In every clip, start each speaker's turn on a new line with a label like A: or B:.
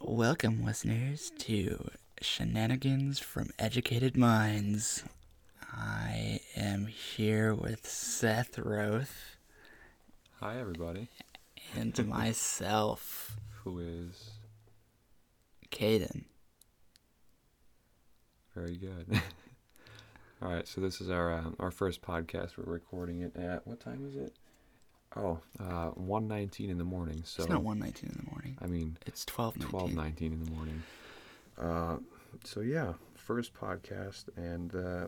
A: Welcome, listeners, to Shenanigans from Educated Minds. I am here with Seth Roth
B: Hi, everybody.
A: and myself,
B: Who is
A: Caden.
B: very good. All right, so this is our um, our first podcast. We're recording it at what time is it? Oh, uh, one nineteen in the morning. So
A: It's not 1.19 in the morning.
B: I mean,
A: It's 12.19.
B: twelve nineteen in the morning. Uh, so yeah, first podcast, and uh,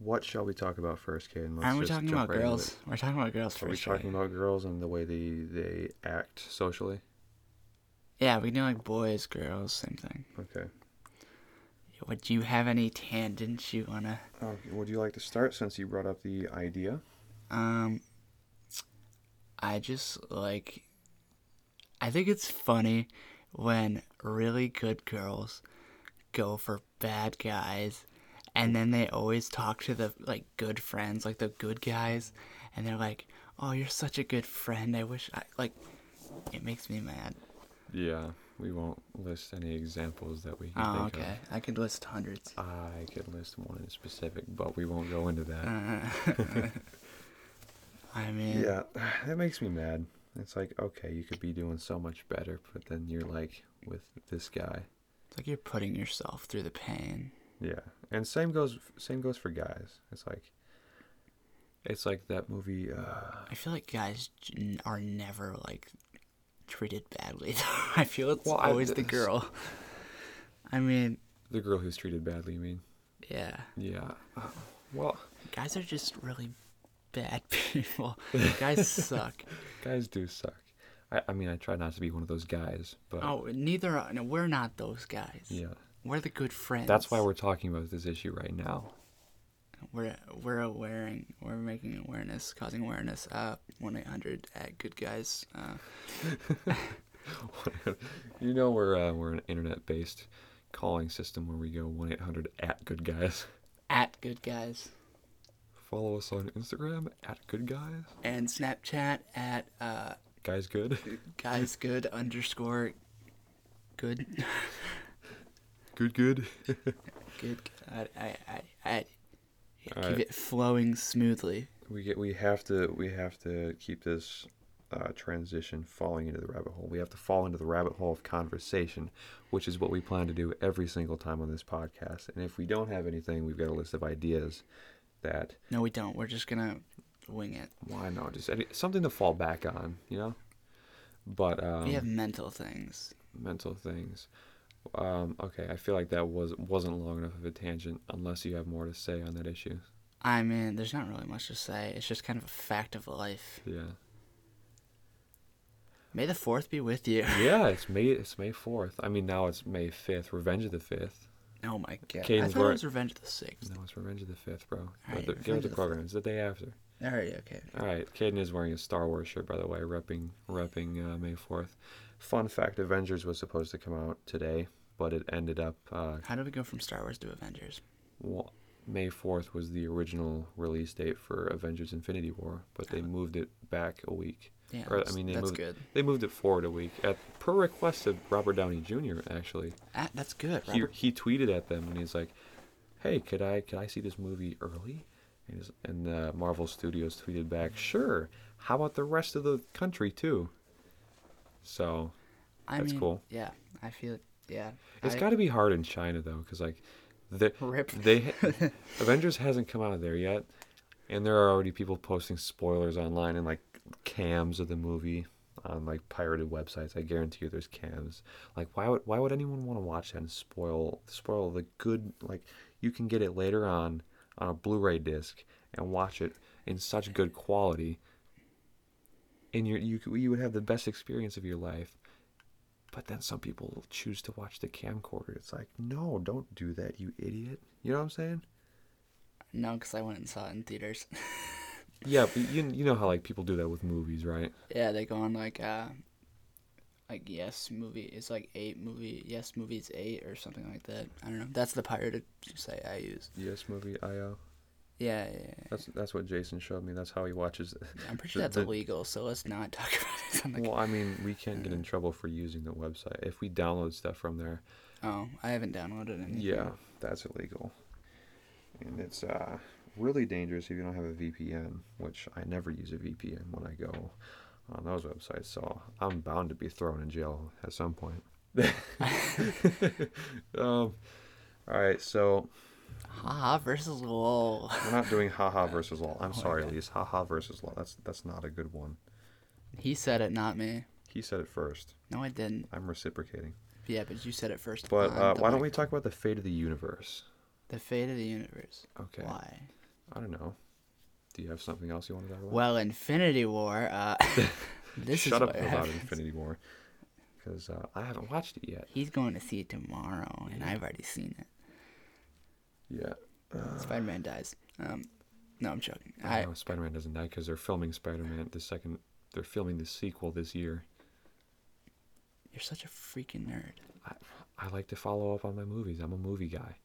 B: what shall we talk about first, Caden? Let's
A: Aren't we
B: just
A: Uh, talking
B: jump
A: about
B: right into
A: girls?
B: it.
A: We're talking about girls
B: Are we
A: first, right?
B: talking about girls and the way they they act socially?
A: Yeah, we can do like boys, girls, same thing.
B: Okay.
A: Would you have any tangents you want to...
B: Uh, would you like to start since you brought up the idea?
A: Um, I just like. I think it's funny when really good girls go for bad guys, and then they always talk to the like good friends, like the good guys, and they're like, "Oh, you're such a good friend. I wish I like." It makes me mad.
B: Yeah, we won't list any examples that we can
A: Oh,
B: think
A: okay. I could list hundreds.
B: of. I could list one in specific, but we won't go into that.
A: I mean,
B: yeah, that makes me mad. It's like, okay, you could be doing so much better, but then you're like with this guy.
A: it's like you're putting yourself through the pain.
B: Yeah, and same goes same goes for guys. It's like, it's like that movie. Uh,
A: I feel like guys j- are never like treated badly. though. I feel it's
B: Well, I-
A: always the
B: it's-
A: girl. I mean,
B: the girl who's treated badly. You mean?
A: yeah,
B: Yeah. Uh, Well,
A: guys are just really bad people. guys suck.
B: guys do suck. I, I mean, I try not to be one of those guys, but
A: Oh, neither are. No, we're not those guys.
B: yeah,
A: We're the good friends.
B: that's why we're talking about this issue right now.
A: we're we're awaring. We're making awareness, causing awareness. Uh, one eight hundred at good guys. Uh,
B: you know we're uh, we're an internet based calling system where we go one eight hundred at good guys.
A: at good guys
B: Follow us on Instagram at good guys.
A: and Snapchat at uh
B: Guys good.
A: guys good underscore good.
B: good good.
A: Good. God, I, I, I yeah, keep
B: right.
A: it flowing smoothly.
B: we get we have to we have to keep this uh, transition falling into the rabbit hole. We have to fall into the rabbit hole of conversation, which is what we plan to do every single time on this podcast. And if we don't have anything, we've got a list of ideas that
A: No, we don't. We're just gonna wing it.
B: why not just any, something to fall back on, you know. But um,
A: we have mental things.
B: mental things. Um, okay, I feel like that was wasn't long enough of a tangent. Unless you have more to say on that issue.
A: I mean, there's not really much to say. It's just kind of a fact of life.
B: Yeah.
A: May the fourth be with you.
B: Yeah, it's May. It's May fourth. I mean, now it's May fifth. Revenge of the fifth.
A: Oh my god. I
B: Caden's
A: thought it
B: right.
A: was Revenge of the Sixth.
B: No, it's Revenge of the fifth, bro.
A: Alright,
B: the,
A: Revenge
B: get with
A: of
B: the
A: the
B: program. It's the day after.
A: Alright, okay.
B: All right, Caden is wearing a Star Wars shirt, by the way, repping repping uh, May fourth. Fun fact: Avengers was supposed to come out today, but it ended up uh,
A: How do we go from Star Wars to Avengers?
B: Well, May 4th was the original release date for Avengers Infinity War, but they moved it back a week.
A: Yeah,
B: Or, I
A: that's-
B: mean, they
A: that's
B: moved,
A: good.
B: They moved it forward a week at per request of Robert Downey Jr. Actually,
A: Ah, that's good.
B: he,
A: Robert.
B: he tweeted at them and he's like, "Hey, could I could I see this movie early?" And, his, and uh, Marvel Studios tweeted back, "Sure. How about the rest of the country too?" So
A: I
B: that's
A: mean,
B: cool.
A: Yeah, I feel. Yeah.
B: It's
A: I-
B: got to be hard in China though, because like, the,
A: Rip.
B: they Avengers hasn't come out of there yet, and there are already people posting spoilers online and like cams of the movie on like pirated websites. I guarantee you, there's cams. Like, why would why would anyone want to watch that and spoil spoil the good? Like, you can get it later on on a Blu-ray disc and watch it in such good quality, and you you c- you would have the best experience of your life. But then some people choose to watch the camcorder. It's like, no, don't do that, you idiot. You know what I'm saying?
A: No, because I went and saw it in theaters.
B: Yeah, but you you know how like people do that with movies, right?
A: Yeah, they go on like uh like yes movie it's like eight movie yes movies eight or something like that. I don't know. That's the pirated site I use.
B: Yes, movie IO.
A: Yeah, yeah, yeah.
B: uh, That's that's what Jason showed me. That's how he watches.
A: I'm pretty sure
B: the-
A: that's
B: the-
A: illegal, so let's not talk about this on the.
B: Well, I mean, we can't get in trouble for using the website if we download stuff from there.
A: oh, I haven't downloaded any.
B: Yeah, that's illegal, and it's uh, really dangerous if you don't have a VPN. Which I never use a VPN when I go on those websites, so I'm bound to be thrown in jail at some point. um, all right, so
A: Haha versus lol.
B: we're not doing haha versus law. I'm sorry, Elise. Haha versus law. That's that's not a good one.
A: He said it, not me.
B: He said it first.
A: No, I didn't.
B: I'm reciprocating.
A: Yeah, but you said it first.
B: But
A: on
B: uh,
A: the
B: why don't we
A: mic.
B: talk about the fate of the universe?
A: The fate of the universe.
B: Okay.
A: Why?
B: I don't know. Do you have something else you want to talk about?
A: Well, Infinity War. Uh, this
B: Shut
A: is
B: up
A: what
B: about
A: happens.
B: Infinity War, because uh, I haven't watched it yet.
A: He's going to see it tomorrow, and I've already seen it.
B: Yeah.
A: Spider Man dies. Um, no, I'm joking.
B: I
A: I
B: know Spider Man doesn't die because they're filming Spider Man the second. They're filming the sequel this year.
A: you're such a freaking nerd.
B: I, I like to follow up on my movies. I'm a movie guy.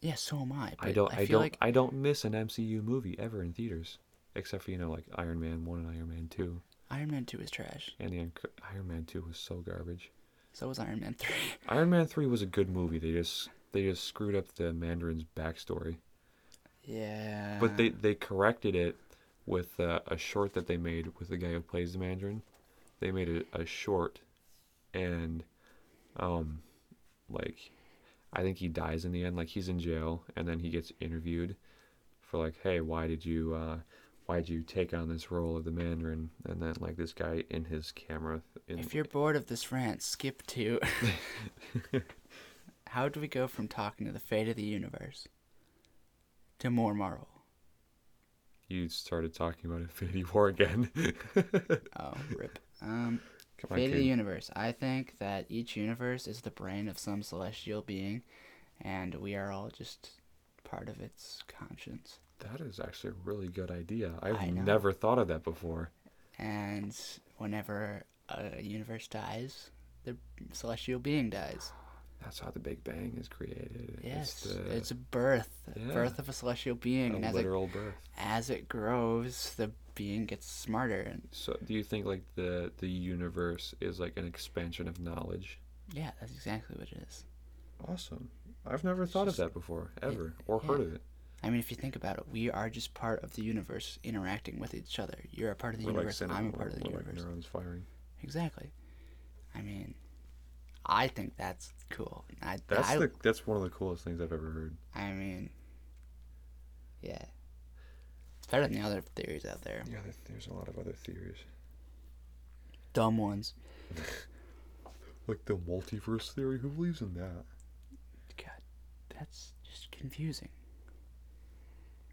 A: Yeah, so am I. But
B: I don't.
A: I
B: I,
A: feel
B: don't.
A: like
B: I don't miss an MCU movie ever in theaters, except for you know like Iron Man one and Iron Man two.
A: Iron Man Two is trash.
B: And the unc- Iron Man two was so garbage.
A: So was Iron Man Three.
B: Iron Man three was a good movie. They just they just screwed up the Mandarin's backstory.
A: Yeah.
B: But they they corrected it with uh, a short that they made with the guy who plays the Mandarin. They made a, a short, and um, like I think he dies in the end. Like he's in jail, and then he gets interviewed for like, hey, why did you uh, why did you take on this role of the Mandarin? And then like this guy in his camera. In,
A: If you're bored of this rant, skip to. How do we go from talking to the fate of the universe to more Marvel?
B: you started talking about Infinity War again.
A: Oh, rip. Um,
B: Come
A: fate of the
B: kid.
A: universe. I think that each universe is the brain of some celestial being, and we are all just part of its conscience.
B: That is actually a really good idea. I've
A: I know.
B: never thought of that before.
A: And whenever a universe dies, the celestial being dies.
B: That's how the Big Bang is created.
A: Yes, it's,
B: the,
A: a birth, the
B: Yeah.
A: birth of a celestial being, and
B: a
A: as it
B: literal birth.
A: as it grows, the being gets smarter, and
B: So, do you think like the the universe is like an expansion of knowledge?
A: yeah, that's exactly what it is.
B: Awesome. I've never thought of that before, ever, or heard
A: yeah.
B: of it.
A: I mean, if you think about it, we are just part of the universe interacting with each other. You're a part of the
B: We're like
A: universe. I'm a
B: synapse-
A: part of the
B: we're like
A: universe.
B: neurons firing.
A: Exactly. I mean, I think that's cool. I,
B: That's
A: I,
B: the that's one of the coolest things I've ever heard.
A: I mean, yeah. It's better than the other theories out there.
B: Yeah, there- there's a lot of other theories,
A: Dumb ones.
B: like the multiverse theory. Who believes in that?
A: God, that's just confusing.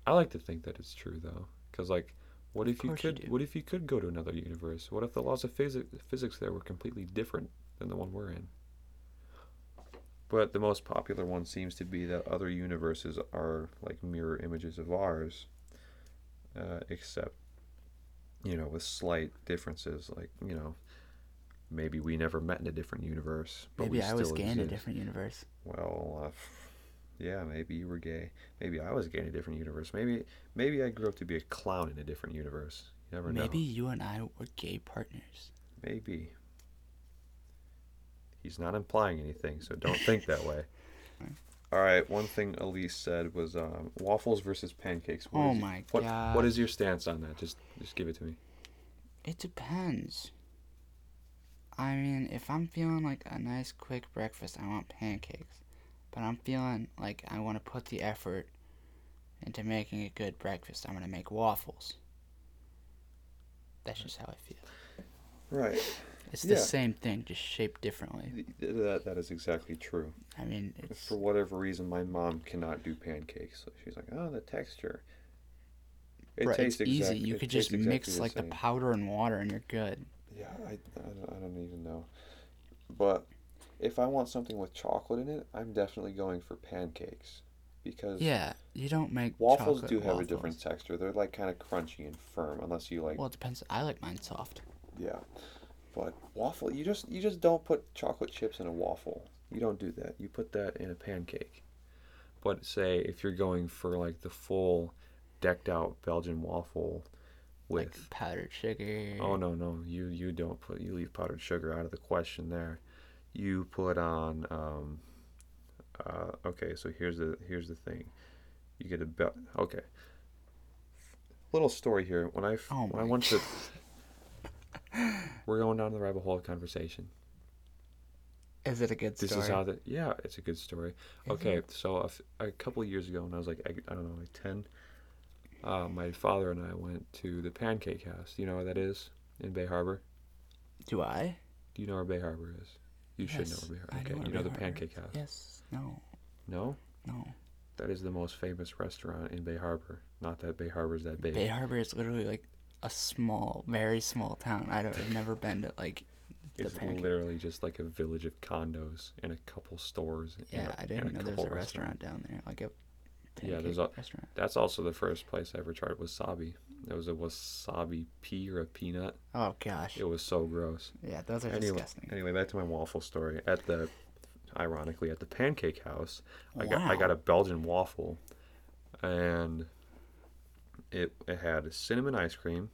B: I like to think that it's true though, because like, what if you
A: course you
B: could?
A: do.
B: what if you could go to another universe? What if the laws of physics physics there were completely different than the one we're in? But the most popular one seems to be that other universes are like mirror images of ours, uh, except, you know, with slight differences. Like you know, maybe we never met in a different universe, but
A: Maybe
B: we
A: I
B: still
A: was gay in a
B: exist.
A: different universe.
B: Well, uh, f- yeah, maybe you were gay. Maybe I was gay in a different universe. Maybe maybe I grew up to be a clown in a different universe. You never
A: Maybe
B: know.
A: you and I were gay partners.
B: Maybe. He's not implying anything, so don't think that way. All right. One thing Elise said was um, waffles versus pancakes.
A: Oh
B: is-
A: my
B: what,
A: God.
B: What is your stance on that? Just just give it to me.
A: It depends. I mean, if I'm feeling like a nice quick breakfast, I want pancakes. But I'm feeling like I want to put the effort into making a good breakfast. I'm going to make waffles. That's just how I feel.
B: Right.
A: It's the
B: Yeah.
A: same thing, just shaped differently.
B: That that is exactly true.
A: I mean, it's
B: For whatever reason, my mom cannot do pancakes. So she's like, oh, the texture. It
A: right, it's
B: tastes
A: easy.
B: exact-
A: you
B: it
A: could just
B: tastes exactly
A: mix like the
B: same.
A: powder and water and you're good.
B: Yeah, I, I, don't, I don't even know. But if I want something with chocolate in it, I'm definitely going for pancakes because
A: Yeah, you don't make
B: waffles
A: chocolate
B: do have
A: waffles.
B: a different texture. They're like kind of crunchy and firm, unless you like.
A: Well, it depends. I like mine soft.
B: yeah, but waffle, you just you just don't put chocolate chips in a waffle. You don't do that. You put that in a pancake. But say if you're going for like the full decked out Belgian waffle with
A: like powdered sugar.
B: Oh no, no, you you don't put you leave powdered sugar out of the question there. You put on um, uh, okay. So here's the here's the thing. You get a belt. Okay. Little story here. When I f-
A: Oh
B: when I
A: my
B: went to we're going down the rabbit hole of conversation.
A: Is it a good
B: This
A: story?
B: is how the yeah, it's a good story. okay, so a, f- a couple of years ago, when I was like I, I don't know, like ten, uh, my father and I went to the Pancake House. Do you know where that is in Bay Harbor?
A: Do I?
B: Do you know where Bay Harbor is? You should know
A: Yes,
B: where Bay
A: I
B: Harbor. Okay,
A: where
B: you know
A: Bay
B: the
A: Harbor
B: Pancake
A: is.
B: House.
A: Yes. No.
B: No,
A: No.
B: that is the most famous restaurant in Bay Harbor. Not that Bay Harbor's that big.
A: Bay Harbor is literally like a small, very small town. I don't. I've never been to like the
B: it's
A: pancake.
B: literally just like a village of condos and a couple stores. and
A: yeah,
B: a-
A: I didn't
B: and
A: know there was
B: couple
A: a restaurant down there, like a
B: Yeah,
A: pancake
B: there's a-
A: restaurant.
B: That's also the first place I ever tried wasabi. It was a wasabi pea or a peanut.
A: Oh gosh.
B: It was so gross.
A: Yeah, those are
B: Anyway,
A: disgusting.
B: anyway, back to my waffle story. At the, ironically, at the Pancake House, I got I
A: Wow.
B: got a Belgian waffle, and it it had cinnamon ice cream,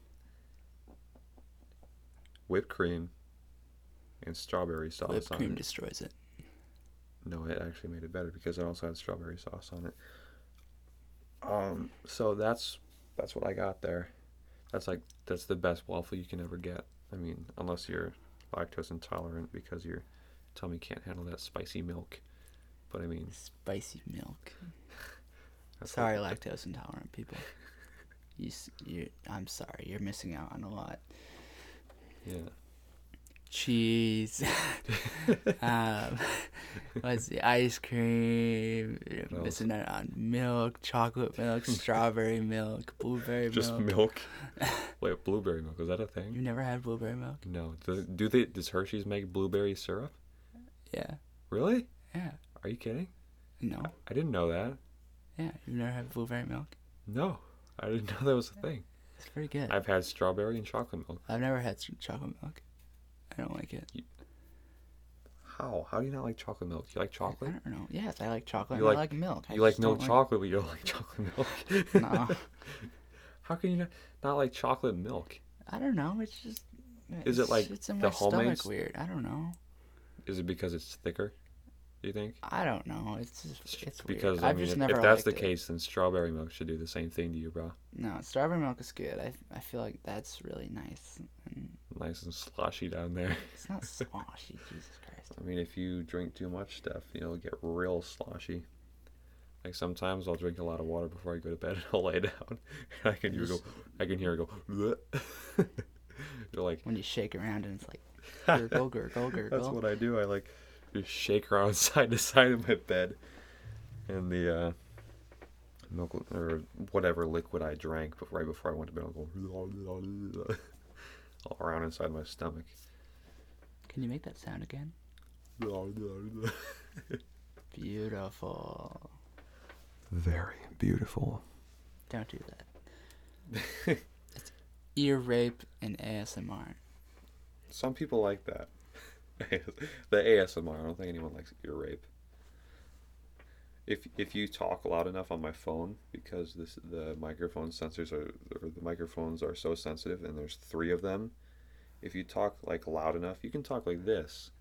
B: whipped cream, and strawberry sauce
A: Whipped
B: on
A: cream
B: it.
A: destroys it.
B: No, it actually made it better because it also had strawberry sauce on it. Um, so that's that's what I got there. That's like that's the best waffle you can ever get. I mean, unless you're lactose intolerant because your tummy can't handle that spicy milk. But I mean,
A: Spicy milk.
B: that's
A: Sorry,
B: like-
A: lactose intolerant people. You, s- you, I'm sorry, you're missing out on a lot.
B: yeah.
A: Cheese. um, let's see, ice cream. You're
B: else?
A: missing out on milk, chocolate milk, strawberry milk, blueberry
B: Just
A: milk.
B: milk. Wait, blueberry milk is that a
A: You
B: thing?
A: never had blueberry milk?
B: No. Do, do they? Does Hershey's make blueberry syrup?
A: Yeah,
B: Really?
A: yeah.
B: Are you kidding?
A: No,
B: I didn't know that.
A: yeah. You've never had blueberry milk?
B: No, I didn't know that was a thing.
A: It's pretty good. I've,
B: I've had strawberry and chocolate milk.
A: never had s- chocolate milk. I don't like it.
B: How? How do you not like chocolate milk? You like
A: I
B: chocolate?
A: don't know. Yes, I like chocolate.
B: You
A: and I like
B: like-
A: milk. I
B: You like
A: just
B: milk
A: don't
B: chocolate, but you don't like chocolate milk.
A: No.
B: How can you not, not like chocolate milk?
A: I don't know. It's just.
B: Is it,
A: it's-
B: like,
A: it's in
B: the
A: my
B: homemade
A: stomach
B: s-
A: weird? I don't know.
B: Is it because it's thicker? Do you think?
A: I don't know. It's just
B: It's
A: it's
B: because
A: weird.
B: I
A: I've
B: mean,
A: just
B: if,
A: never.
B: if that's
A: liked
B: the
A: it.
B: case, then strawberry milk should do the same thing to you, bro.
A: no, strawberry milk is good. I I feel like that's really nice. And
B: Nice and sloshy down there.
A: it's not sloshy. Jesus Christ.
B: I mean, if you drink too much stuff, you'll get real sloshy. Like sometimes I'll drink a lot of water before I go to bed and I'll lay down, and I can hear it go, I can hear it go, "Bleh." You're like,
A: When you shake around and it's like gurgle, gurgle, gurgle.
B: That's what I do. I like just shake around side to side in my bed, and the uh, milk or whatever liquid I drank bef- right before I went to bed, I'll go all around inside my stomach.
A: Can you make that sound again? Beautiful.
B: Very beautiful.
A: Don't do that. it's ear rape and ASMR.
B: Some people like that. the ASMR. I don't think anyone likes ear rape. If if you talk loud enough on my phone, because this the microphone sensors are or the microphones are so sensitive, and there's three of them. If you talk like loud enough, you can talk like this,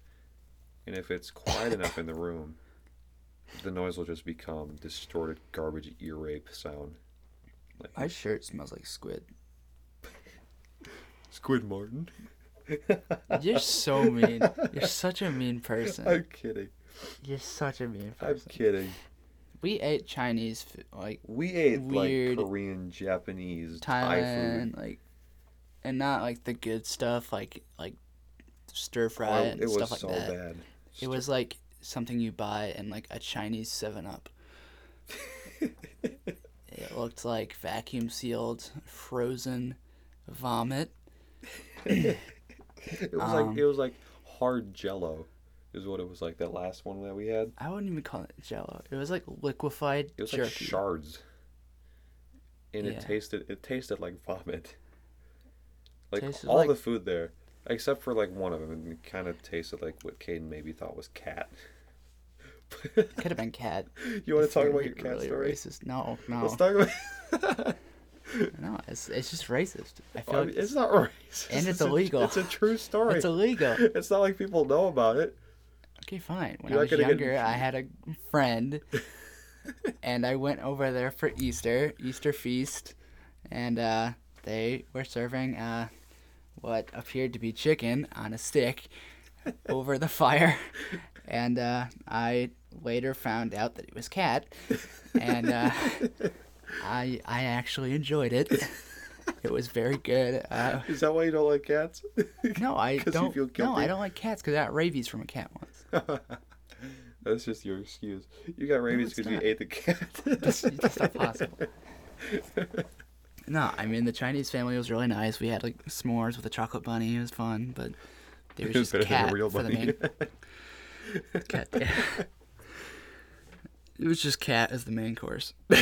B: and if it's quiet enough in the room, the noise will just become distorted garbage ear rape sound.
A: My shirt smells like squid.
B: Squid Martin.
A: You're so mean. You're such a mean person.
B: I'm kidding.
A: You're such a mean
B: I'm
A: person.
B: kidding.
A: We ate Chinese food, like
B: We ate
A: Weird.
B: like Korean, Japanese, Thai food.
A: Thailand, like, and not like the good stuff, like like stir
B: Oh,
A: fry and
B: it was
A: stuff like
B: so
A: that.
B: bad.
A: It was like something you buy in like a Chinese Seven Up. it looked like vacuum sealed, frozen vomit.
B: It was
A: Um.
B: like it was like hard Jello, is what it was like. That last one that we had,
A: I wouldn't even call it Jello. It was like liquefied
B: it was like
A: jerky.
B: shards, and
A: Yeah.
B: it tasted it tasted like vomit. Like
A: Tasted
B: all
A: like-
B: the food there, except for like one of them, and it kind of tasted like what Caden maybe thought was cat.
A: Could have been cat.
B: You want to talk
A: You're
B: about your cat
A: really
B: story?
A: Racist. No, no.
B: Let's talk about.
A: No, it's, it's just racist. I feel
B: I
A: like
B: mean, it's not racist.
A: And it's illegal.
B: A, it's a true story.
A: it's illegal.
B: It's not like people know about it.
A: Okay, fine. When
B: You're
A: I was
B: not gonna get-
A: younger, I had a friend, and I went over there for Easter, Easter feast, and uh, they were serving uh, what appeared to be chicken on a stick over the fire, and uh, I later found out that it was cat, and uh, I I actually enjoyed it. It was very good. Uh,
B: Is that why you don't like cats?
A: no, I
B: 'Cause you
A: don't.
B: feel
A: No,
B: guilty?
A: I don't like cats because I got rabies from a cat once.
B: That's just your excuse. You got rabies
A: it's
B: because you
A: not.
B: ate the cat.
A: That's, that's not possible. No, I mean the Chinese family was really nice. We had like s'mores with a chocolate bunny. It was fun, but there was just
B: Better than a
A: cat
B: real
A: for the
B: bunny.
A: main. cat. yeah. It was just cat as the main course.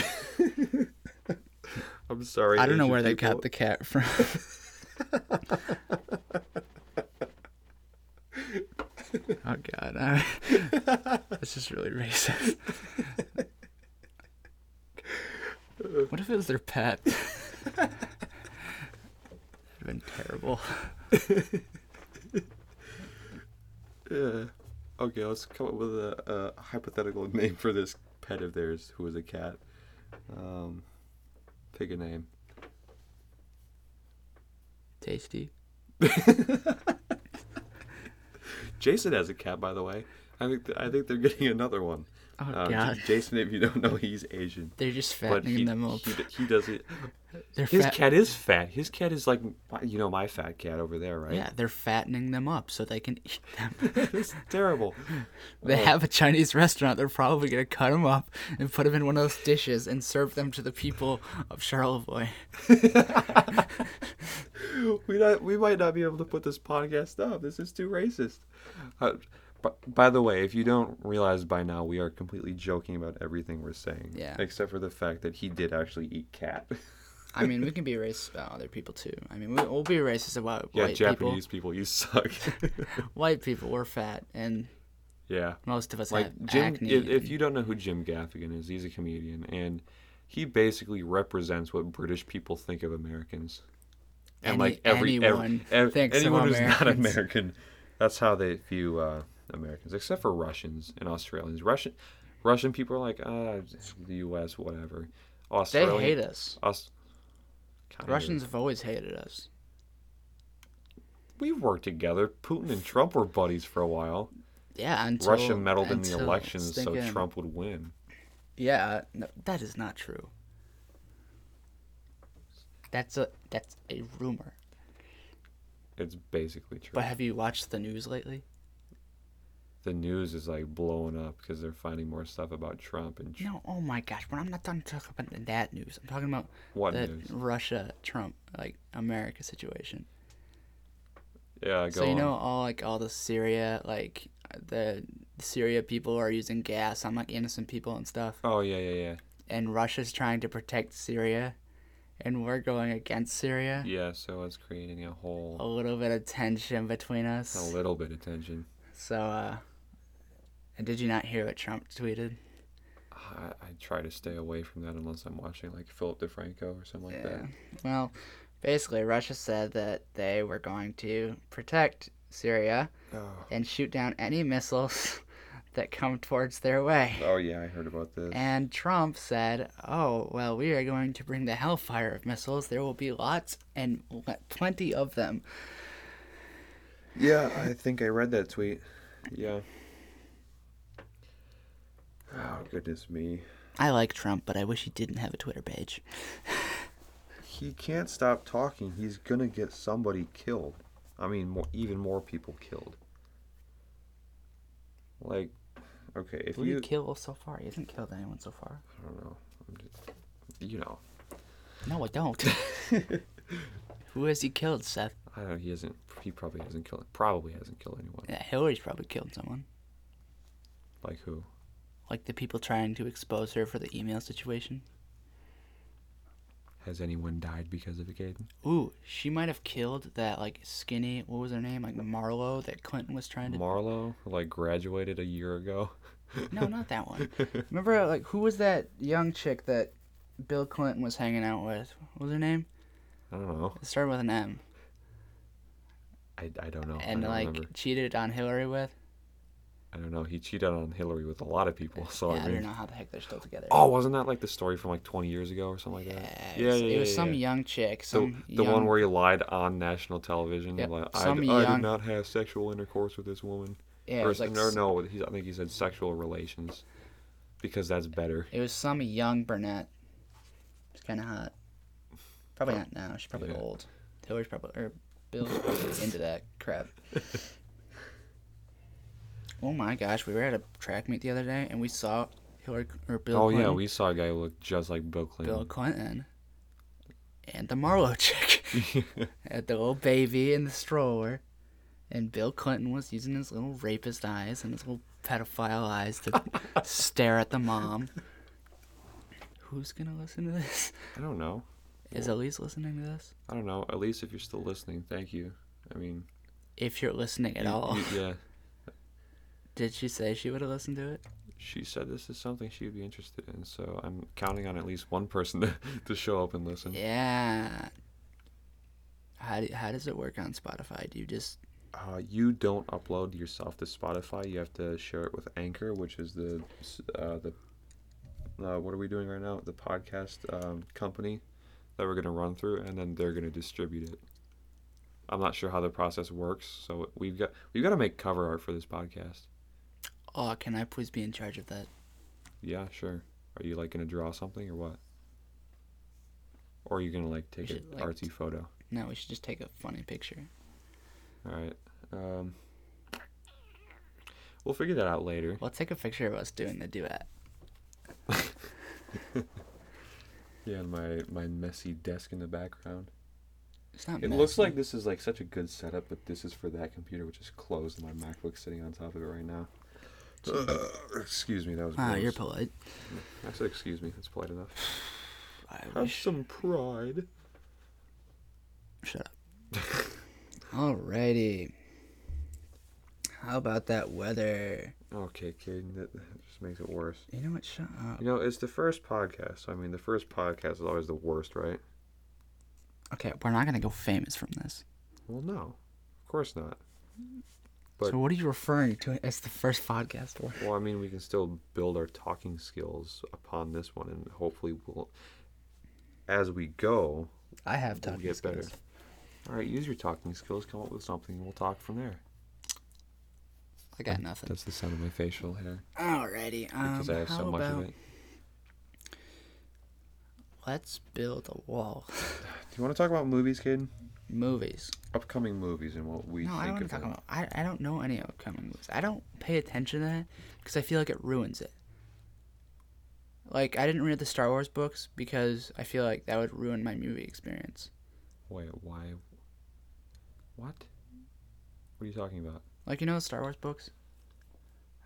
B: I'm sorry.
A: I don't know
B: Asian
A: where they
B: people.
A: got the cat from. oh god, I, that's just really racist. What if it was their pet? That'd have been terrible.
B: Uh, okay, let's come up with a, a hypothetical name for this pet of theirs who is a cat. Um, pick a name.
A: Tasty.
B: Jason has a cat, by the way. I think th- I think they're getting another one.
A: Oh
B: Um, J-
A: god,
B: Jason, if you don't know, he's Asian,
A: they're just
B: but
A: fattening
B: he,
A: them up.
B: he, d- he does it.
A: They're
B: His
A: fat-
B: cat is fat. His cat is like my- you know my fat cat over there, right?
A: Yeah, they're fattening them up so they can eat them.
B: it's terrible.
A: They have a Chinese restaurant. They're probably gonna cut them up and put them in one of those dishes and serve them to the people of Charlevoix.
B: We not, we might not be able to put this podcast up. This is too racist. Uh, b- by the way, if you don't realize by now, we are completely joking about everything we're saying.
A: Yeah.
B: Except for the fact that he did actually eat cat.
A: I mean, we can be racist about other people too. I mean, we, we'll be racist about
B: yeah,
A: white
B: Japanese people. you suck.
A: people. White people, we're fat, and
B: yeah.
A: most of us
B: Like
A: have
B: Jim,
A: acne.
B: if, if
A: and-
B: you don't know who Jim Gaffigan is, he's a comedian and he basically represents what British people think of Americans. And
A: Any-
B: like every
A: anyone
B: every, ev-
A: thinks of
B: anyone who's not
A: Americans.
B: American, that's how they view uh, Americans, except for Russians and Australians. Russian Russian people are like ah, the U.S. whatever.
A: they
B: Australian,
A: hate us.
B: us. Kind of.
A: Russians have always hated us.
B: We worked together. Putin and Trump were buddies for a while.
A: Yeah, until
B: Russia meddled in the
A: until
B: elections so
A: stinking-
B: Trump would win.
A: Yeah, no, that is not true. That's a that's a rumor.
B: It's basically true.
A: But have you watched the news lately?
B: the news is like blowing up because they're finding more stuff about Trump and tr-
A: No, oh my gosh. When I'm not done talking about that news, I'm talking about
B: What
A: the
B: news?
A: Russia Trump like America situation.
B: yeah, go
A: so you
B: on.
A: know all like all the Syria like the Syria people are using gas on like innocent people and stuff,
B: oh yeah, yeah, yeah,
A: and Russia's trying to protect Syria, and we're going against Syria.
B: yeah. So it's creating a
A: A
B: whole
A: little bit of tension between us.
B: a little bit of tension.
A: So, uh, and did you not hear what Trump tweeted?
B: I, I try to stay away from that unless I'm watching like Philip DeFranco or something like that.
A: Well, basically, Russia said that they were going to protect Syria
B: Oh.
A: and shoot down any missiles that come towards their way.
B: Oh yeah, I heard about this.
A: And Trump said, "Oh, well, we are going to bring the hellfire of missiles. There will be lots and l- plenty of them."
B: Yeah, I think I read that tweet. Yeah. Oh goodness me.
A: I like Trump, but I wish he didn't have a Twitter page.
B: He can't stop talking. He's gonna get somebody killed. I mean, more, even more people killed. Like, okay, if
A: Who did
B: you,
A: he kill so far? He hasn't killed anyone so far.
B: I don't know, I'm just, you know,
A: No, I don't. Who has he killed, Seth?
B: I don't. He hasn't. He probably hasn't killed. Probably hasn't killed anyone.
A: Yeah, Hillary's probably killed someone.
B: Like who?
A: Like the people trying to expose her for the email situation.
B: Has anyone died because of it, Caden?
A: Ooh, she might have killed that like skinny. What was her name? Like Marlo that Clinton was trying to.
B: Marlo, who, like graduated a year ago.
A: no, not that one. Remember, like who was that young chick that Bill Clinton was hanging out with. What was her name?
B: I don't know.
A: It started with an M.
B: I, Oh, I don't know.
A: And
B: I don't
A: like
B: remember.
A: cheated on Hillary with.
B: I don't know. He cheated on Hillary with a lot of people. So
A: yeah,
B: Oh, I
A: I don't
B: mean,
A: know how the heck they're still together.
B: oh, wasn't that like the story from like 20 years ago or something like that?
A: it was, it was some young chick.
B: The,
A: Some
B: the
A: young,
B: one where he lied on national television.
A: Yep,
B: Like,
A: some
B: I, I
A: young-
B: did not have sexual intercourse with this woman.
A: yeah, it
B: or
A: was like
B: no,
A: s-
B: no, he, I think he said sexual relations, because that's better.
A: It was some young brunette. It's kind of hot. Probably not now. She's probably
B: Oh. Yeah.
A: old. Hillary's probably or Bill's probably into that crap. Oh my gosh, we were at a track meet the other day and we saw Hillary Cl- or Bill.
B: oh
A: Clinton,
B: yeah, we saw a guy who looked just like Bill
A: Bill
B: Clinton.
A: Clinton and the Marlowe chick had the little baby in the stroller, and Bill Clinton was using his little rapist eyes and his little pedophile eyes to stare at the mom. Who's gonna listen to this?
B: I don't know.
A: Is Elise listening to this?
B: I don't know. At least if you're still listening, thank you. I mean,
A: If you're listening at
B: you-
A: all,
B: you- yeah.
A: did she say she would have listened to it?
B: She said this is something she would be interested in, so I'm counting on at least one person to, to show up and listen.
A: Yeah. How do, how does it work on Spotify? Do you just
B: Uh, you don't upload yourself to Spotify. You have to share it with Anchor, which is the s- uh, the uh, what are we doing right now? The podcast um, company that we're gonna run through, and then they're gonna distribute it. I'm not sure how the process works, so we've got we've got to make cover art for this podcast.
A: oh can I please be in charge of that?
B: Yeah, sure. Are you like gonna draw something or what? Or are you gonna like take an
A: should, like,
B: artsy photo?
A: No, we should just take a funny picture.
B: All right. Um, we'll figure that out later.
A: Let's take a picture of us doing the duet.
B: Yeah, and my my messy desk in the background.
A: It's not.
B: It looks
A: messy.
B: like this is like such a good setup, but this is for that computer, which is closed, and my MacBook's sitting on top of it right now. excuse me, that was.
A: Ah, you're
B: gross.
A: polite.
B: I said excuse me. That's polite enough.
A: I
B: Have
A: wish.
B: some pride.
A: Shut up. Alrighty. How about that weather?
B: Okay, Caden, that that just makes it worse.
A: You know what? Shut up.
B: You know, it's the first podcast. So, I mean, the first podcast is always the worst, right?
A: Okay, we're not gonna go famous from this.
B: Well, no, of course not. But-
A: so what are you referring to as the first podcast for?
B: Well, I mean, we can still build our talking skills upon this one, and hopefully, we'll, as we go,
A: I have
B: We'll
A: talking
B: get better.
A: skills.
B: All right, use your talking skills. Come up with something. and We'll talk from there.
A: I got nothing.
B: That's the sound of my facial hair
A: Alrighty. Um,
B: because I have
A: how
B: so much
A: about
B: of it.
A: let's build a wall?
B: Do you want to talk about movies, Caden?
A: movies.
B: Upcoming movies and what we
A: No, I don't
B: think
A: want
B: of
A: to talk
B: them.
A: about. I I don't know any upcoming movies. I don't pay attention to that because I feel like it ruins it. Like I didn't read the Star Wars books because I feel like that would ruin my movie experience.
B: Wait, why? What? What are you talking about?
A: Like you know the Star Wars books.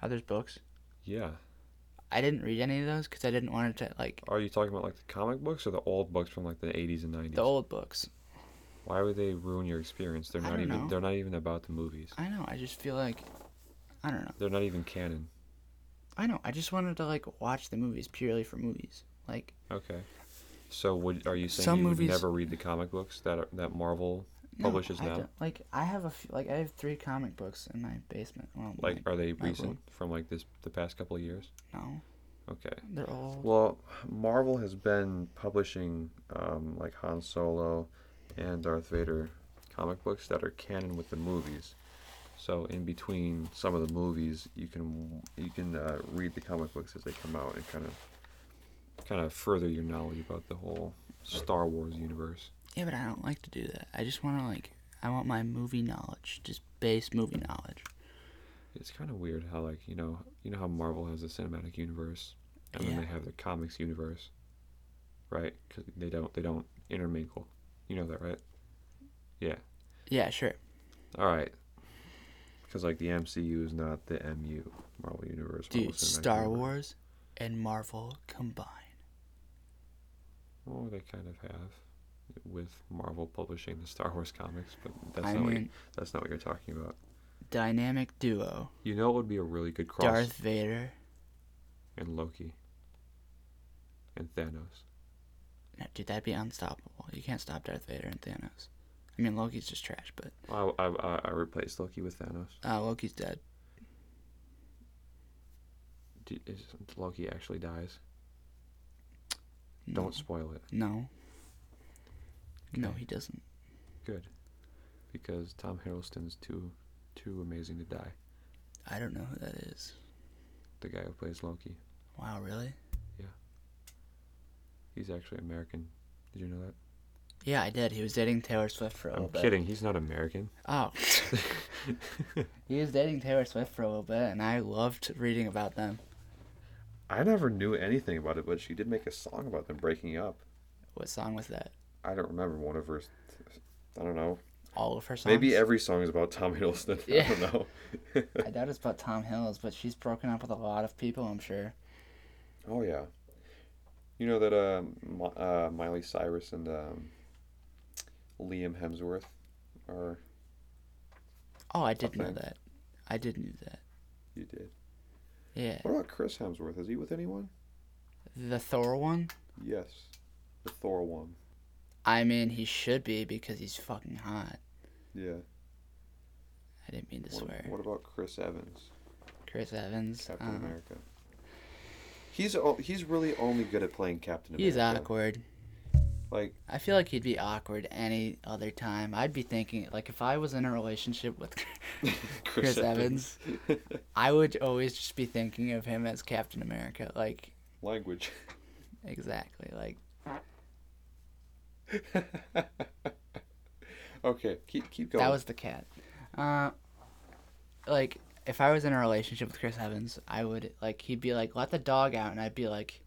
A: How there's books.
B: Yeah.
A: I didn't read any of those because I didn't want it to like
B: Are you talking about like the comic books or the old books from like the 80s and 90s?
A: the old books.
B: Why would they ruin your experience? They're
A: I
B: not
A: don't
B: even
A: know.
B: they're not even about the movies.
A: I know. I just feel like I don't know.
B: They're not even canon.
A: I know. I just wanted to like watch the movies purely for movies. Like
B: Okay. So would are you saying
A: Some
B: you
A: movies-
B: would never read the comic books that are, that Marvel
A: no,
B: publishes
A: I
B: now?
A: don't- Like I have a few, like I have three comic books in my basement. Well,
B: Like,
A: like
B: are they
A: Marvel.
B: recent from like this the past couple of years?
A: no,
B: Okay.
A: they're all
B: Well, Marvel has been publishing um, like Han Solo and Darth Vader comic books that are canon with the movies. So in between some of the movies, you can you can uh, read the comic books as they come out and kind of kind of further your knowledge about the whole Star Wars universe.
A: Yeah, but I don't like to do that. I just want to like, I want my movie knowledge, just base movie knowledge.
B: It's kind of weird how like you know you know how Marvel has the cinematic universe, and
A: Yeah.
B: then they have their comics universe, right? 'Cause they don't they don't intermingle. You know that, right? Yeah.
A: Yeah, sure.
B: All right. Because like the MCU is not the MU Marvel Universe. Marvel
A: Dude,
B: Cinematic
A: Star
B: Universe.
A: Wars and Marvel combined.
B: Well, they kind of have with Marvel publishing the Star Wars comics, but that's
A: I
B: not what you,
A: mean-
B: that's not what you're talking about.
A: Dynamic duo.
B: You know, it would be a really good cross
A: Darth Vader.
B: and Loki and Thanos.
A: No, dude, that'd be unstoppable. You can't stop Darth Vader and Thanos. I mean, Loki's just trash, but
B: I, I, I- I replaced Loki with Thanos.
A: uh, Loki's dead.
B: D- is, Loki actually dies.
A: No.
B: Don't spoil it.
A: No. No,
B: Okay.
A: he doesn't.
B: Good, because Tom Hiddleston's too too amazing to die.
A: I don't know who that is.
B: The guy who plays Loki,
A: Wow, really?
B: he's actually American. Did you know that?
A: Yeah, I did. He was dating Taylor Swift for a
B: I'm
A: little bit.
B: kidding. He's not American.
A: Oh. he was dating Taylor Swift for a little bit, and I loved reading about them.
B: I never knew anything about it, but she did make a song about them breaking up.
A: What song was that?
B: I don't remember one of her. I don't know.
A: All of her songs?
B: Maybe every song is about Tom Hiddleston. I don't
A: Yeah.
B: know.
A: I doubt it's about Tom Hills, but she's broken up with a lot of people, I'm sure.
B: Oh yeah, you know that uh, Mi- uh, Miley Cyrus and um, Liam Hemsworth are.
A: Oh, I did know
B: Okay.
A: that. I did knew that.
B: You did.
A: Yeah.
B: What about Chris Hemsworth? Is he with anyone?
A: The Thor one?
B: Yes, the Thor one.
A: I mean, he should be because he's fucking hot.
B: Yeah.
A: I didn't mean to swear.
B: What, what about Chris Evans,
A: Chris Evans.
B: Captain
A: uh,
B: America? He's o- he's really only good at playing Captain America.
A: He's awkward.
B: Like
A: I feel like he'd be awkward any other time. I'd be thinking, like, if I was in a relationship with Chris Evans, I would always just be thinking of him as Captain America. Like,
B: Language.
A: exactly. Like,
B: okay, keep keep going.
A: that was the cat. Uh, like, if I was in a relationship with Chris Evans, I would, like, he'd be like, let the dog out. And I'd be like,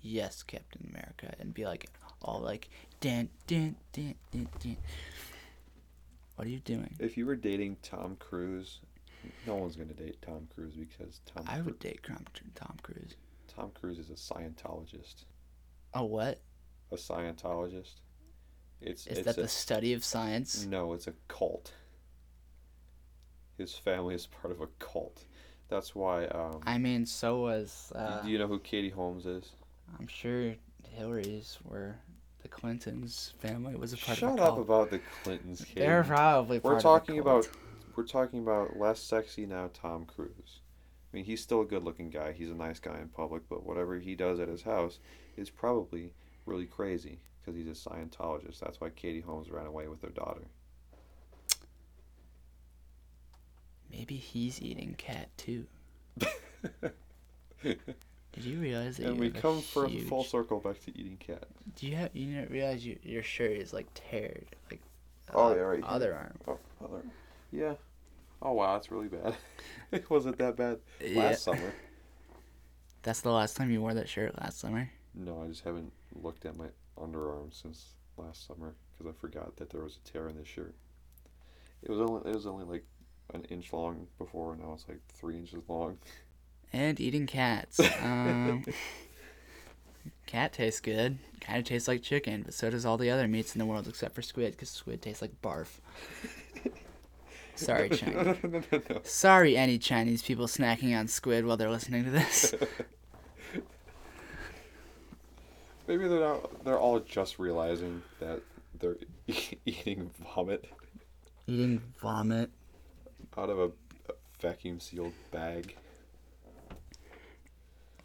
A: yes, Captain America. And be like, all like, dun, dun, dun, dun, dun. What are you doing?
B: If you were dating Tom Cruise, no one's gonna date Tom Cruise because Tom
A: I
B: Cru-
A: would date Crom- Tom Cruise.
B: Tom Cruise is a Scientologist.
A: Oh, what?
B: A Scientologist. It's
A: Is
B: it's
A: that
B: a, Mm.
A: the study of science?
B: no, it's a cult. His family is part of a cult. That's why. Um,
A: I mean, so was.
B: do-
A: Uh,
B: do you know who Katie Holmes is?
A: I'm sure Hillary's were the Clintons' family was a part
B: Shut
A: of. a
B: up
A: cult.
B: about the Clintons. Katie.
A: They're probably.
B: We're
A: part of a
B: talking
A: cult.
B: about we're talking about less sexy now Tom Cruise. I mean, he's still a good-looking guy. He's a nice guy in public, but whatever he does at his house is probably really crazy because he's a Scientologist. That's why Katie Holmes ran away with her daughter.
A: Maybe he's eating cat too. Did you realize that
B: and
A: you
B: we
A: have
B: come
A: a
B: from
A: huge...
B: full circle back to eating cat.
A: Do you have? You didn't realize you, your shirt is like teared, like.
B: Oh,
A: uh,
B: yeah, right here.
A: Other arm.
B: Oh, other. Yeah. Oh wow, that's really bad. it wasn't that bad last
A: Yeah.
B: summer.
A: That's the last time you wore that shirt last summer.
B: No, I just haven't looked at my underarm since last summer because I forgot that there was a tear in this shirt. It was only it was only like an inch long before, and now it's like three inches long.
A: And eating cats. Um, cat tastes good. Kind of tastes like chicken, but so does all the other meats in the world except for squid, because squid tastes like barf. Sorry,
B: no,
A: China.
B: no, no, no, no.
A: Sorry, any Chinese people snacking on squid while they're listening to this.
B: Maybe they're not, they're all just realizing that they're eating vomit
A: Eating vomit.
B: out of a, a vacuum sealed bag.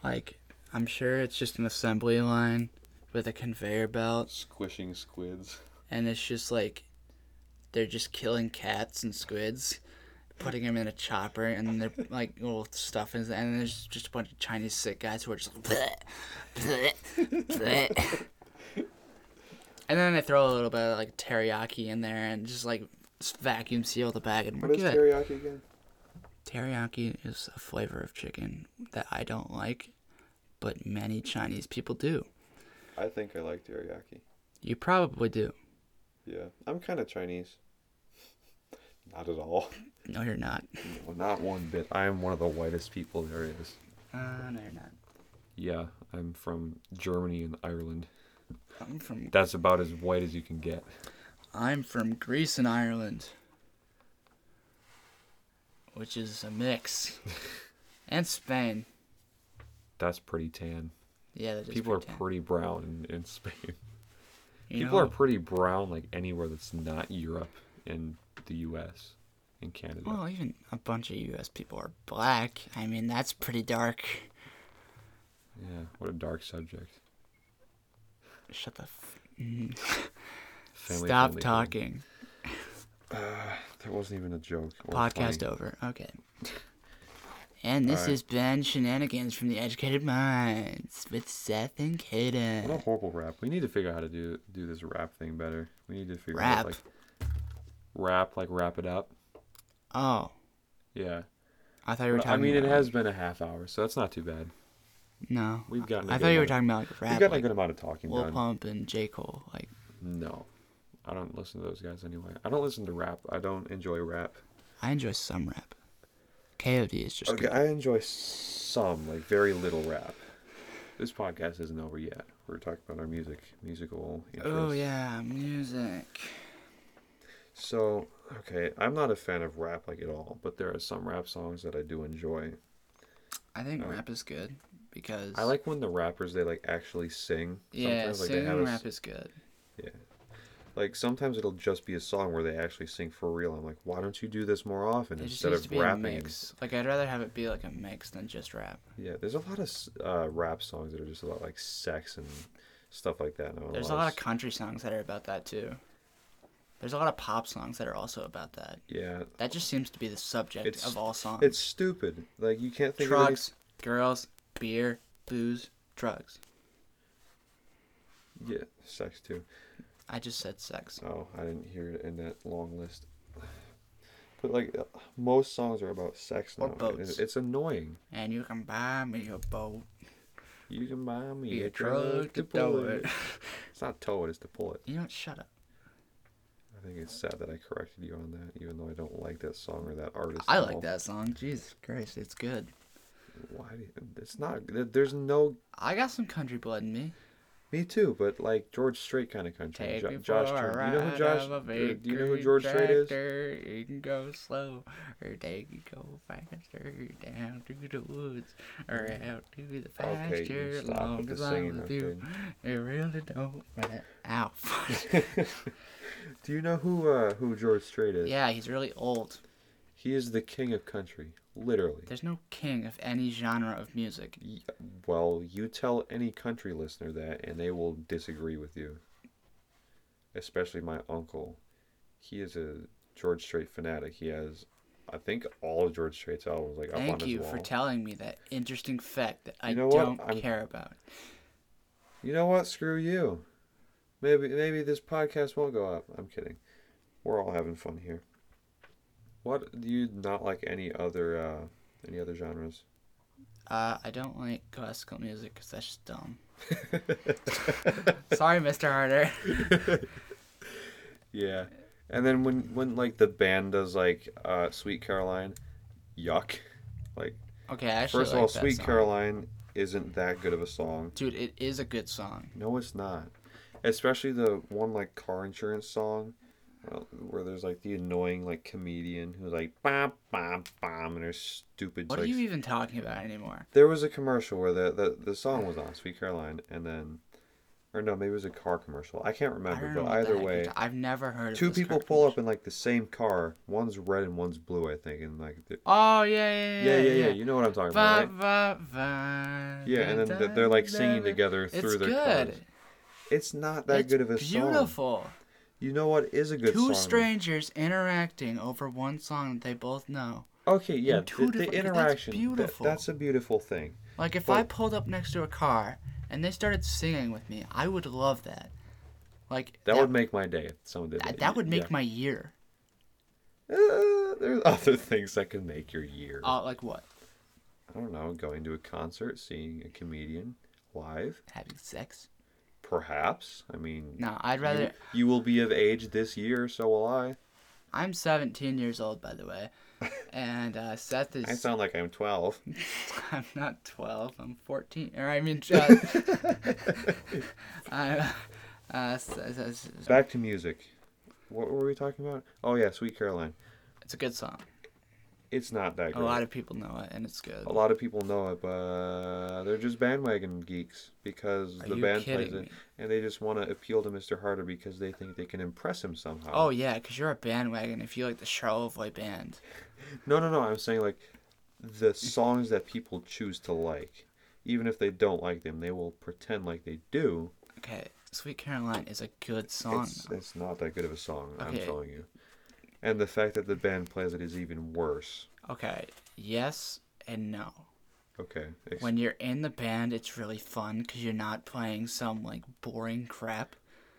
A: Like, I'm sure it's just an assembly line with a conveyor belt,
B: squishing squids.
A: and it's just like they're just killing cats and squids, putting them in a chopper, and then they're like little stuff in, and there's just a bunch of Chinese sick guys who are just bleh, bleh, bleh. and then they throw a little bit of like teriyaki in there and just like s- vacuum seal the bag, and we're
B: What is
A: good.
B: teriyaki again?
A: Teriyaki is a flavor of chicken that I don't like, but many Chinese people do.
B: I think I like teriyaki.
A: You probably do.
B: Yeah, I'm kind of Chinese. Not at all.
A: No, you're not.
B: Well, not one bit. I am one of the whitest people there is.
A: Uh, no, you're not.
B: Yeah, I'm from Germany and Ireland.
A: I'm from
B: That's about as white as you can get.
A: I'm from Greece and Ireland, which is a mix, and Spain.
B: That's pretty tan.
A: Yeah, that is
B: People are
A: pretend.
B: pretty brown in, in Spain.
A: You
B: People are
A: know,
B: pretty brown like anywhere that's not Europe and the U.S. and Canada.
A: Well, even a bunch of U.S. people are black. I mean, that's pretty dark.
B: yeah, what a dark subject.
A: Shut the. F- Mm.
B: Family
A: Stop
B: friendly.
A: talking.
B: That wasn't even a joke. or
A: Podcast
B: funny.
A: over. Okay. And this
B: Alright.
A: has been Shenanigans from the Educated Minds with Seth and Kaden.
B: What a horrible rap. We need to figure out how to do do this rap thing better. We need to figure
A: Rap?
B: out like rap, like wrap it up.
A: Oh,
B: Yeah.
A: I thought you were
B: But,
A: talking.
B: I mean, it
A: about-
B: has been a half hour, so that's not too bad.
A: No,
B: We've gotten a
A: I
B: good
A: thought you were
B: amount
A: talking about like
B: We've
A: rap,
B: gotten
A: like
B: a good amount of talking
A: Lil
B: done.
A: Pump and J Cole. Like,
B: No, I don't listen to those guys anyway. I don't listen to rap. I don't enjoy rap.
A: I enjoy some rap. K.O.D. is just
B: Okay,
A: good.
B: I enjoy some, like very little rap. This podcast isn't over yet. We're talking about our music, musical interests.
A: Oh yeah, music.
B: So, okay, I'm not a fan of rap like at all, but there are some rap songs that I do enjoy.
A: I think
B: Alright.
A: rap is good because
B: I like when the rappers they like actually sing.
A: yeah,
B: Sometimes, like, they
A: singing
B: have a s-
A: rap is good.
B: like sometimes it'll just be a song where they actually sing for real. I'm like, why don't you do this more often
A: It just
B: instead
A: needs
B: of
A: to be
B: rapping?
A: a mix. Like I'd rather have it be like a mix than just rap.
B: Yeah, there's a lot of s- uh, rap songs that are just about like sex and stuff like that. and I don't
A: There's a
B: know,
A: lot of
B: it's-
A: country songs that are about that too. There's a lot of pop songs that are also about that.
B: yeah,
A: That just seems to be the subject
B: It's-
A: of all songs.
B: it's stupid. Like you can't think of any-
A: Trucks, girls, beer, booze, drugs.
B: Yeah, sex too.
A: I just said sex.
B: Oh, I didn't hear it in that long list. But like uh, most songs are about sex now.
A: Or
B: and
A: boats.
B: it- It's annoying.
A: And you can buy me a boat.
B: You can buy me
A: Be
B: a
A: a
B: truck
A: drug
B: to
A: to tow
B: pull
A: it.
B: it. It's not tow it, it's to pull it.
A: You know what? Shut up.
B: I think it's sad that I corrected you on that, even though I don't like that song or that artist.
A: I
B: at
A: like
B: all.
A: that song. Jesus Christ, it's good.
B: Why? Do you, it's not. there- There's no.
A: I got some country blood in me.
B: Me too, but like George Strait kind of country.
A: Take
B: Jo-
A: me
B: Josh
A: for a
B: Turner. Do you know
A: ride
B: who Josh?
A: of a
B: or Do you know who
A: bakery
B: George Strait is?
A: tractor. You can go slow, or they can go faster down through the woods, or out to the
B: Okay,
A: pasture.
B: you stop
A: long
B: with the
A: as I'm
B: singing.
A: with you,
B: okay.
A: it really don't matter. Ow.
B: Do you know who uh, who George Strait is?
A: yeah, he's really old.
B: He is the king of country, literally.
A: There's no king of any genre of music.
B: Y- Well, you tell any country listener that, and they will disagree with you. Especially my uncle. He is a George Strait fanatic. He has, I think, all of George Strait's albums like up on
A: Thank
B: his
A: you
B: wall.
A: for telling me that interesting fact that I
B: know what?
A: don't
B: I'm-
A: care about.
B: you know what? Screw you. Maybe maybe this podcast won't go up. I'm kidding. We're all having fun here. What do you not like any other uh, any other genres?
A: Uh, I don't like classical music because that's just dumb. Sorry, Mr. Harder.
B: Yeah. And then when when like the band does like uh, Sweet Caroline, yuck. Like
A: Okay, I actually
B: first of
A: like
B: all,
A: that
B: Sweet
A: song.
B: Caroline isn't that good of a song.
A: Dude, it is a good song.
B: No, it's not. Especially the one like car insurance song, uh, where there's like the annoying like comedian who's like bam bam bam and there's stupid.
A: What
B: like,
A: are you even talking about anymore?
B: There was a commercial where the, the the song was on Sweet Caroline, and then, or no, maybe it was a car commercial. I can't
A: I
B: remember,
A: don't know.
B: but
A: what the
B: either
A: heck you're
B: way.
A: ta- I've never heard of
B: two
A: this
B: people
A: car
B: pull
A: commercial.
B: up in like the same car. One's red and one's blue, I think. And like, the-
A: Oh yeah, yeah,
B: yeah,
A: yeah,
B: yeah, yeah. You know what I'm talking about, right?
A: Va, va, va,
B: Yeah, and then
A: da,
B: th- they're like
A: da,
B: singing
A: da.
B: together
A: It's
B: through their
A: good.
B: cars. It's not that
A: It's
B: good of a song.
A: beautiful.
B: You know what is a good
A: Two
B: song?
A: strangers interacting over one song that they both know.
B: Okay, yeah,
A: and two
B: the, the
A: different- 'cause that's
B: interaction. tha-
A: beautiful.
B: that's a beautiful thing.
A: Like if
B: But-
A: I pulled up next to a car and they started singing with me, I would love that. Like
B: That, would make my day. If someone did
A: that, that would make my year.
B: my. Uh, there's other things that can make your year.
A: Uh, like what?
B: I don't know, going to a concert, seeing a comedian live,
A: Having sex?
B: perhaps. I mean,
A: No, I'd
B: you-
A: rather.
B: you will be of age this year, so will I.
A: I'm 17 years old, by the way, and uh, Seth
B: I
A: is.
B: sound like I'm 12.
A: I'm not 12. I'm 14. Or I mean, uh, I'm. Uh, s- s- s-
B: Back to music. What were we talking about? Oh yeah, Sweet Caroline.
A: it's a good song.
B: it's not that
A: A
B: great.
A: lot of people know it, and it's good.
B: A lot of people know it, but they're just bandwagon geeks because
A: Are
B: the
A: you
B: band plays
A: kidding
B: it,
A: me?
B: and they just want to appeal to Mr. Harder because they think they can impress him somehow.
A: Oh yeah, because you're a bandwagon if you like the Charlevoix band.
B: No, no, no. I'm saying like the songs that people choose to like, even if they don't like them, they will pretend like they do.
A: Okay, Sweet Caroline is a good song.
B: It's, it's not that good of a song.
A: Oh, Okay.
B: I'm telling you. And the fact that the band plays it is even worse.
A: Okay, yes and no.
B: Okay. ex-
A: When you're in the band, it's really fun because you're not playing some like boring crap.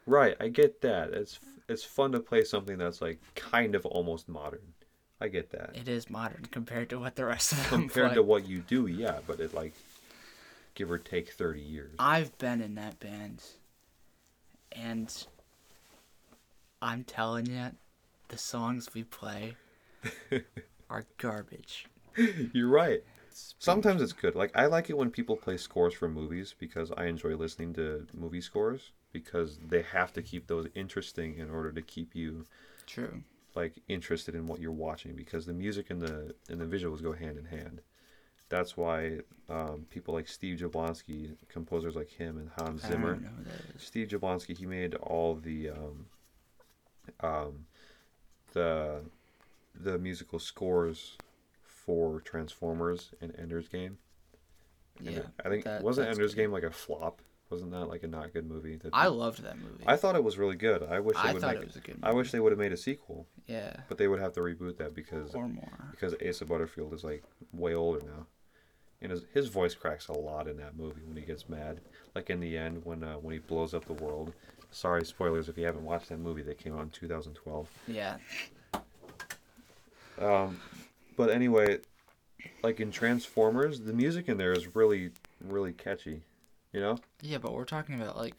B: right. I get that. It's it's fun to play something that's like kind of almost modern. I get that.
A: It is modern compared to what the rest of them
B: Compared
A: play.
B: to what you do, yeah, but it like give or take thirty years.
A: I've been in that band, and I'm telling you, the songs we play are garbage.
B: You're right. Sometimes it's good. Like I like it when people play scores for movies because I enjoy listening to movie scores because they have to keep those interesting in order to keep you
A: True.
B: like interested in what you're watching because the music and the and the visuals go hand in hand. That's why um, people like Steve Jablonsky, composers like him and Hans
A: I
B: Zimmer.
A: don't know who that is.
B: Steve Jablonsky, he made all the um, um, the the musical scores for Transformers and Ender's Game. And
A: Yeah,
B: it- I think
A: that-
B: wasn't
A: that's
B: Ender's
A: good.
B: Game like a flop? Wasn't that like a not good movie? That
A: I loved that movie.
B: I thought it was really good. I wish they
A: I
B: would
A: thought
B: make
A: it was a good
B: I wish they would have made a sequel,
A: yeah,
B: but they would have to reboot that because
A: or more.
B: because Asa Butterfield is like way older now, and his his voice cracks a lot in that movie when he gets mad. Like in the end when uh, when he blows up the world. Sorry, spoilers if you haven't watched that movie that came out in 2012.
A: Yeah.
B: Um, but anyway, like in Transformers, the music in there is really really catchy, you know.
A: Yeah, but we're talking about like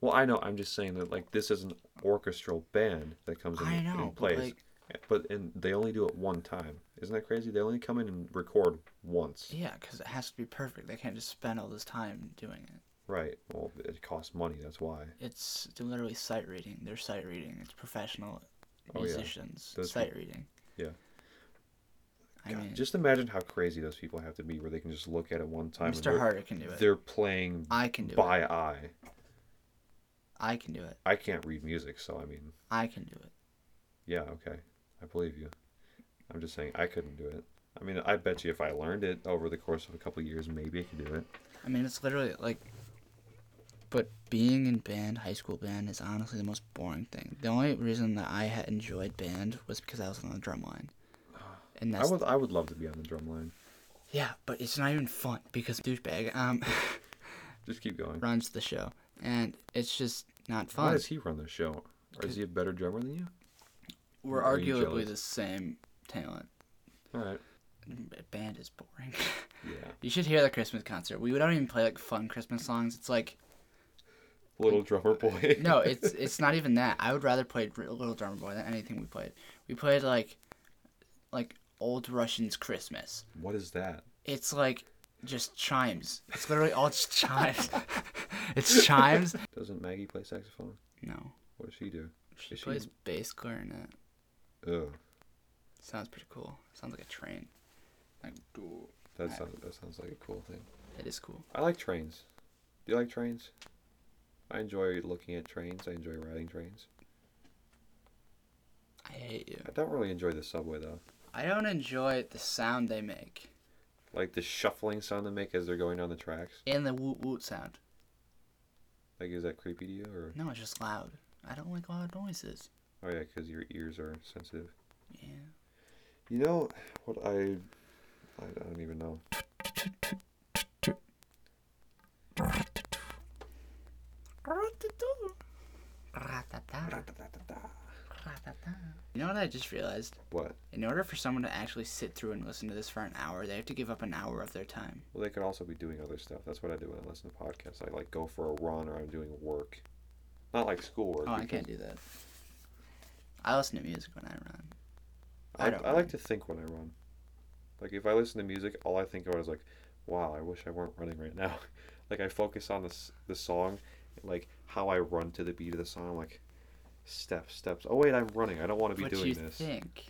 B: Well, I know. I'm just saying that like this is an orchestral band that comes in
A: I
B: and
A: know, but,
B: plays.
A: like-
B: but and they only do it one time. Isn't that crazy? They only come in and record once.
A: yeah, because it has to be perfect. They can't just spend all this time doing it.
B: Right. Well, it costs money. That's why.
A: It's literally sight reading. They're sight reading. It's professional
B: Oh, yeah.
A: musicians
B: Those
A: sight reading.
B: Yeah.
A: I
B: God,
A: mean,
B: just imagine how crazy those people have to be, where they can just look at it one time. and
A: Mr.
B: they're-
A: Harder can do it.
B: They're playing
A: I can do it.
B: by eye.
A: I can do it.
B: I can't read music, so I mean,
A: I can do it.
B: yeah, okay, I believe you. I'm just saying I couldn't do it. I mean, I bet you if I learned it over the course of a couple of years, maybe I could do it.
A: I mean, it's literally like. But being in band, high school band, is honestly the most boring thing. The only reason that I had enjoyed band was because I was on the drum line. And that's
B: I would, I would love to be on the drum line.
A: Yeah, but it's not even fun because douchebag um
B: Just keep going.
A: runs the show, and it's just not
B: Why
A: fun.
B: does he run the show? Or is he a better drummer than you?
A: We're
B: Are you
A: arguably
B: jealous?
A: the same talent.
B: All right.
A: B- Band is boring.
B: Yeah.
A: you should hear the Christmas concert. We don't even play like fun Christmas songs. It's like
B: Little drummer boy.
A: no, it's it's not even that. I would rather play R- Little Drummer Boy than anything we played. We played like like old Russians Christmas.
B: What is that?
A: It's like just chimes. It's literally all just chimes. it's chimes.
B: Doesn't Maggie play saxophone?
A: No,
B: What does she do?
A: she
B: Is she- oh,
A: plays bass clarinet.
B: Ugh.
A: Sounds pretty cool. Sounds like a train. Like, doo.
B: That sounds that sounds like a cool thing.
A: it is cool.
B: I like trains. Do you like trains? I enjoy looking at trains. I enjoy riding trains.
A: I hate you.
B: I don't really enjoy the subway though.
A: I don't enjoy the sound they make
B: Like the shuffling sound they make as they're going down the tracks.
A: and the woot woot sound.
B: Like is that creepy to you or?
A: No, it's just loud. I don't like loud noises.
B: Oh yeah, because your ears are sensitive.
A: Yeah.
B: You know what I? I I don't even know.
A: You know what I just realized?
B: What?
A: In order for someone to actually sit through and listen to this for an hour, they have to give up an hour of their time.
B: Well, they could also be doing other stuff. That's what I do when I listen to podcasts. I like go for a run or I'm doing work. Not like schoolwork.
A: Oh, I
B: because
A: can't do that. I listen to music when I run. I
B: I,
A: don't
B: I
A: run.
B: like to think when I run. Like if I listen to music, all I think about is like, wow, I wish I weren't running right now. like I focus on this the song, like how I run to the beat of the song. I'm like, steps, steps. Oh wait, I'm running. I don't want to be
A: What
B: doing
A: you
B: this.
A: think?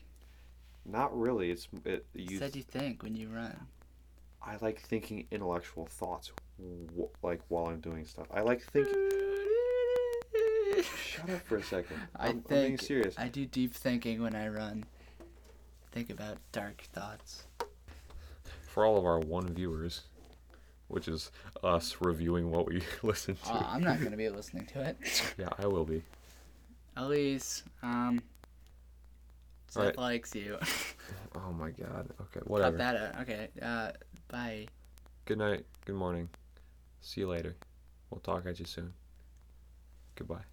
B: Not really. It's it,
A: You
B: you.
A: said you think when you run.
B: I like thinking intellectual thoughts, w- like while I'm doing stuff. I like thinking. Shut up for a second.
A: I
B: I'm,
A: think
B: I'm being serious.
A: I do deep thinking when I run. Think about dark thoughts.
B: For all of our one viewers, which is us reviewing what we listen to.
A: Uh, I'm not going to be listening to it.
B: yeah, I will be.
A: Elise, um, Seth
B: Alright.
A: likes you.
B: Oh my god. Okay,
A: Cut
B: whatever.
A: that out. Okay. Uh, bye.
B: Good night. Good morning. See you later. We'll talk at you soon. Goodbye.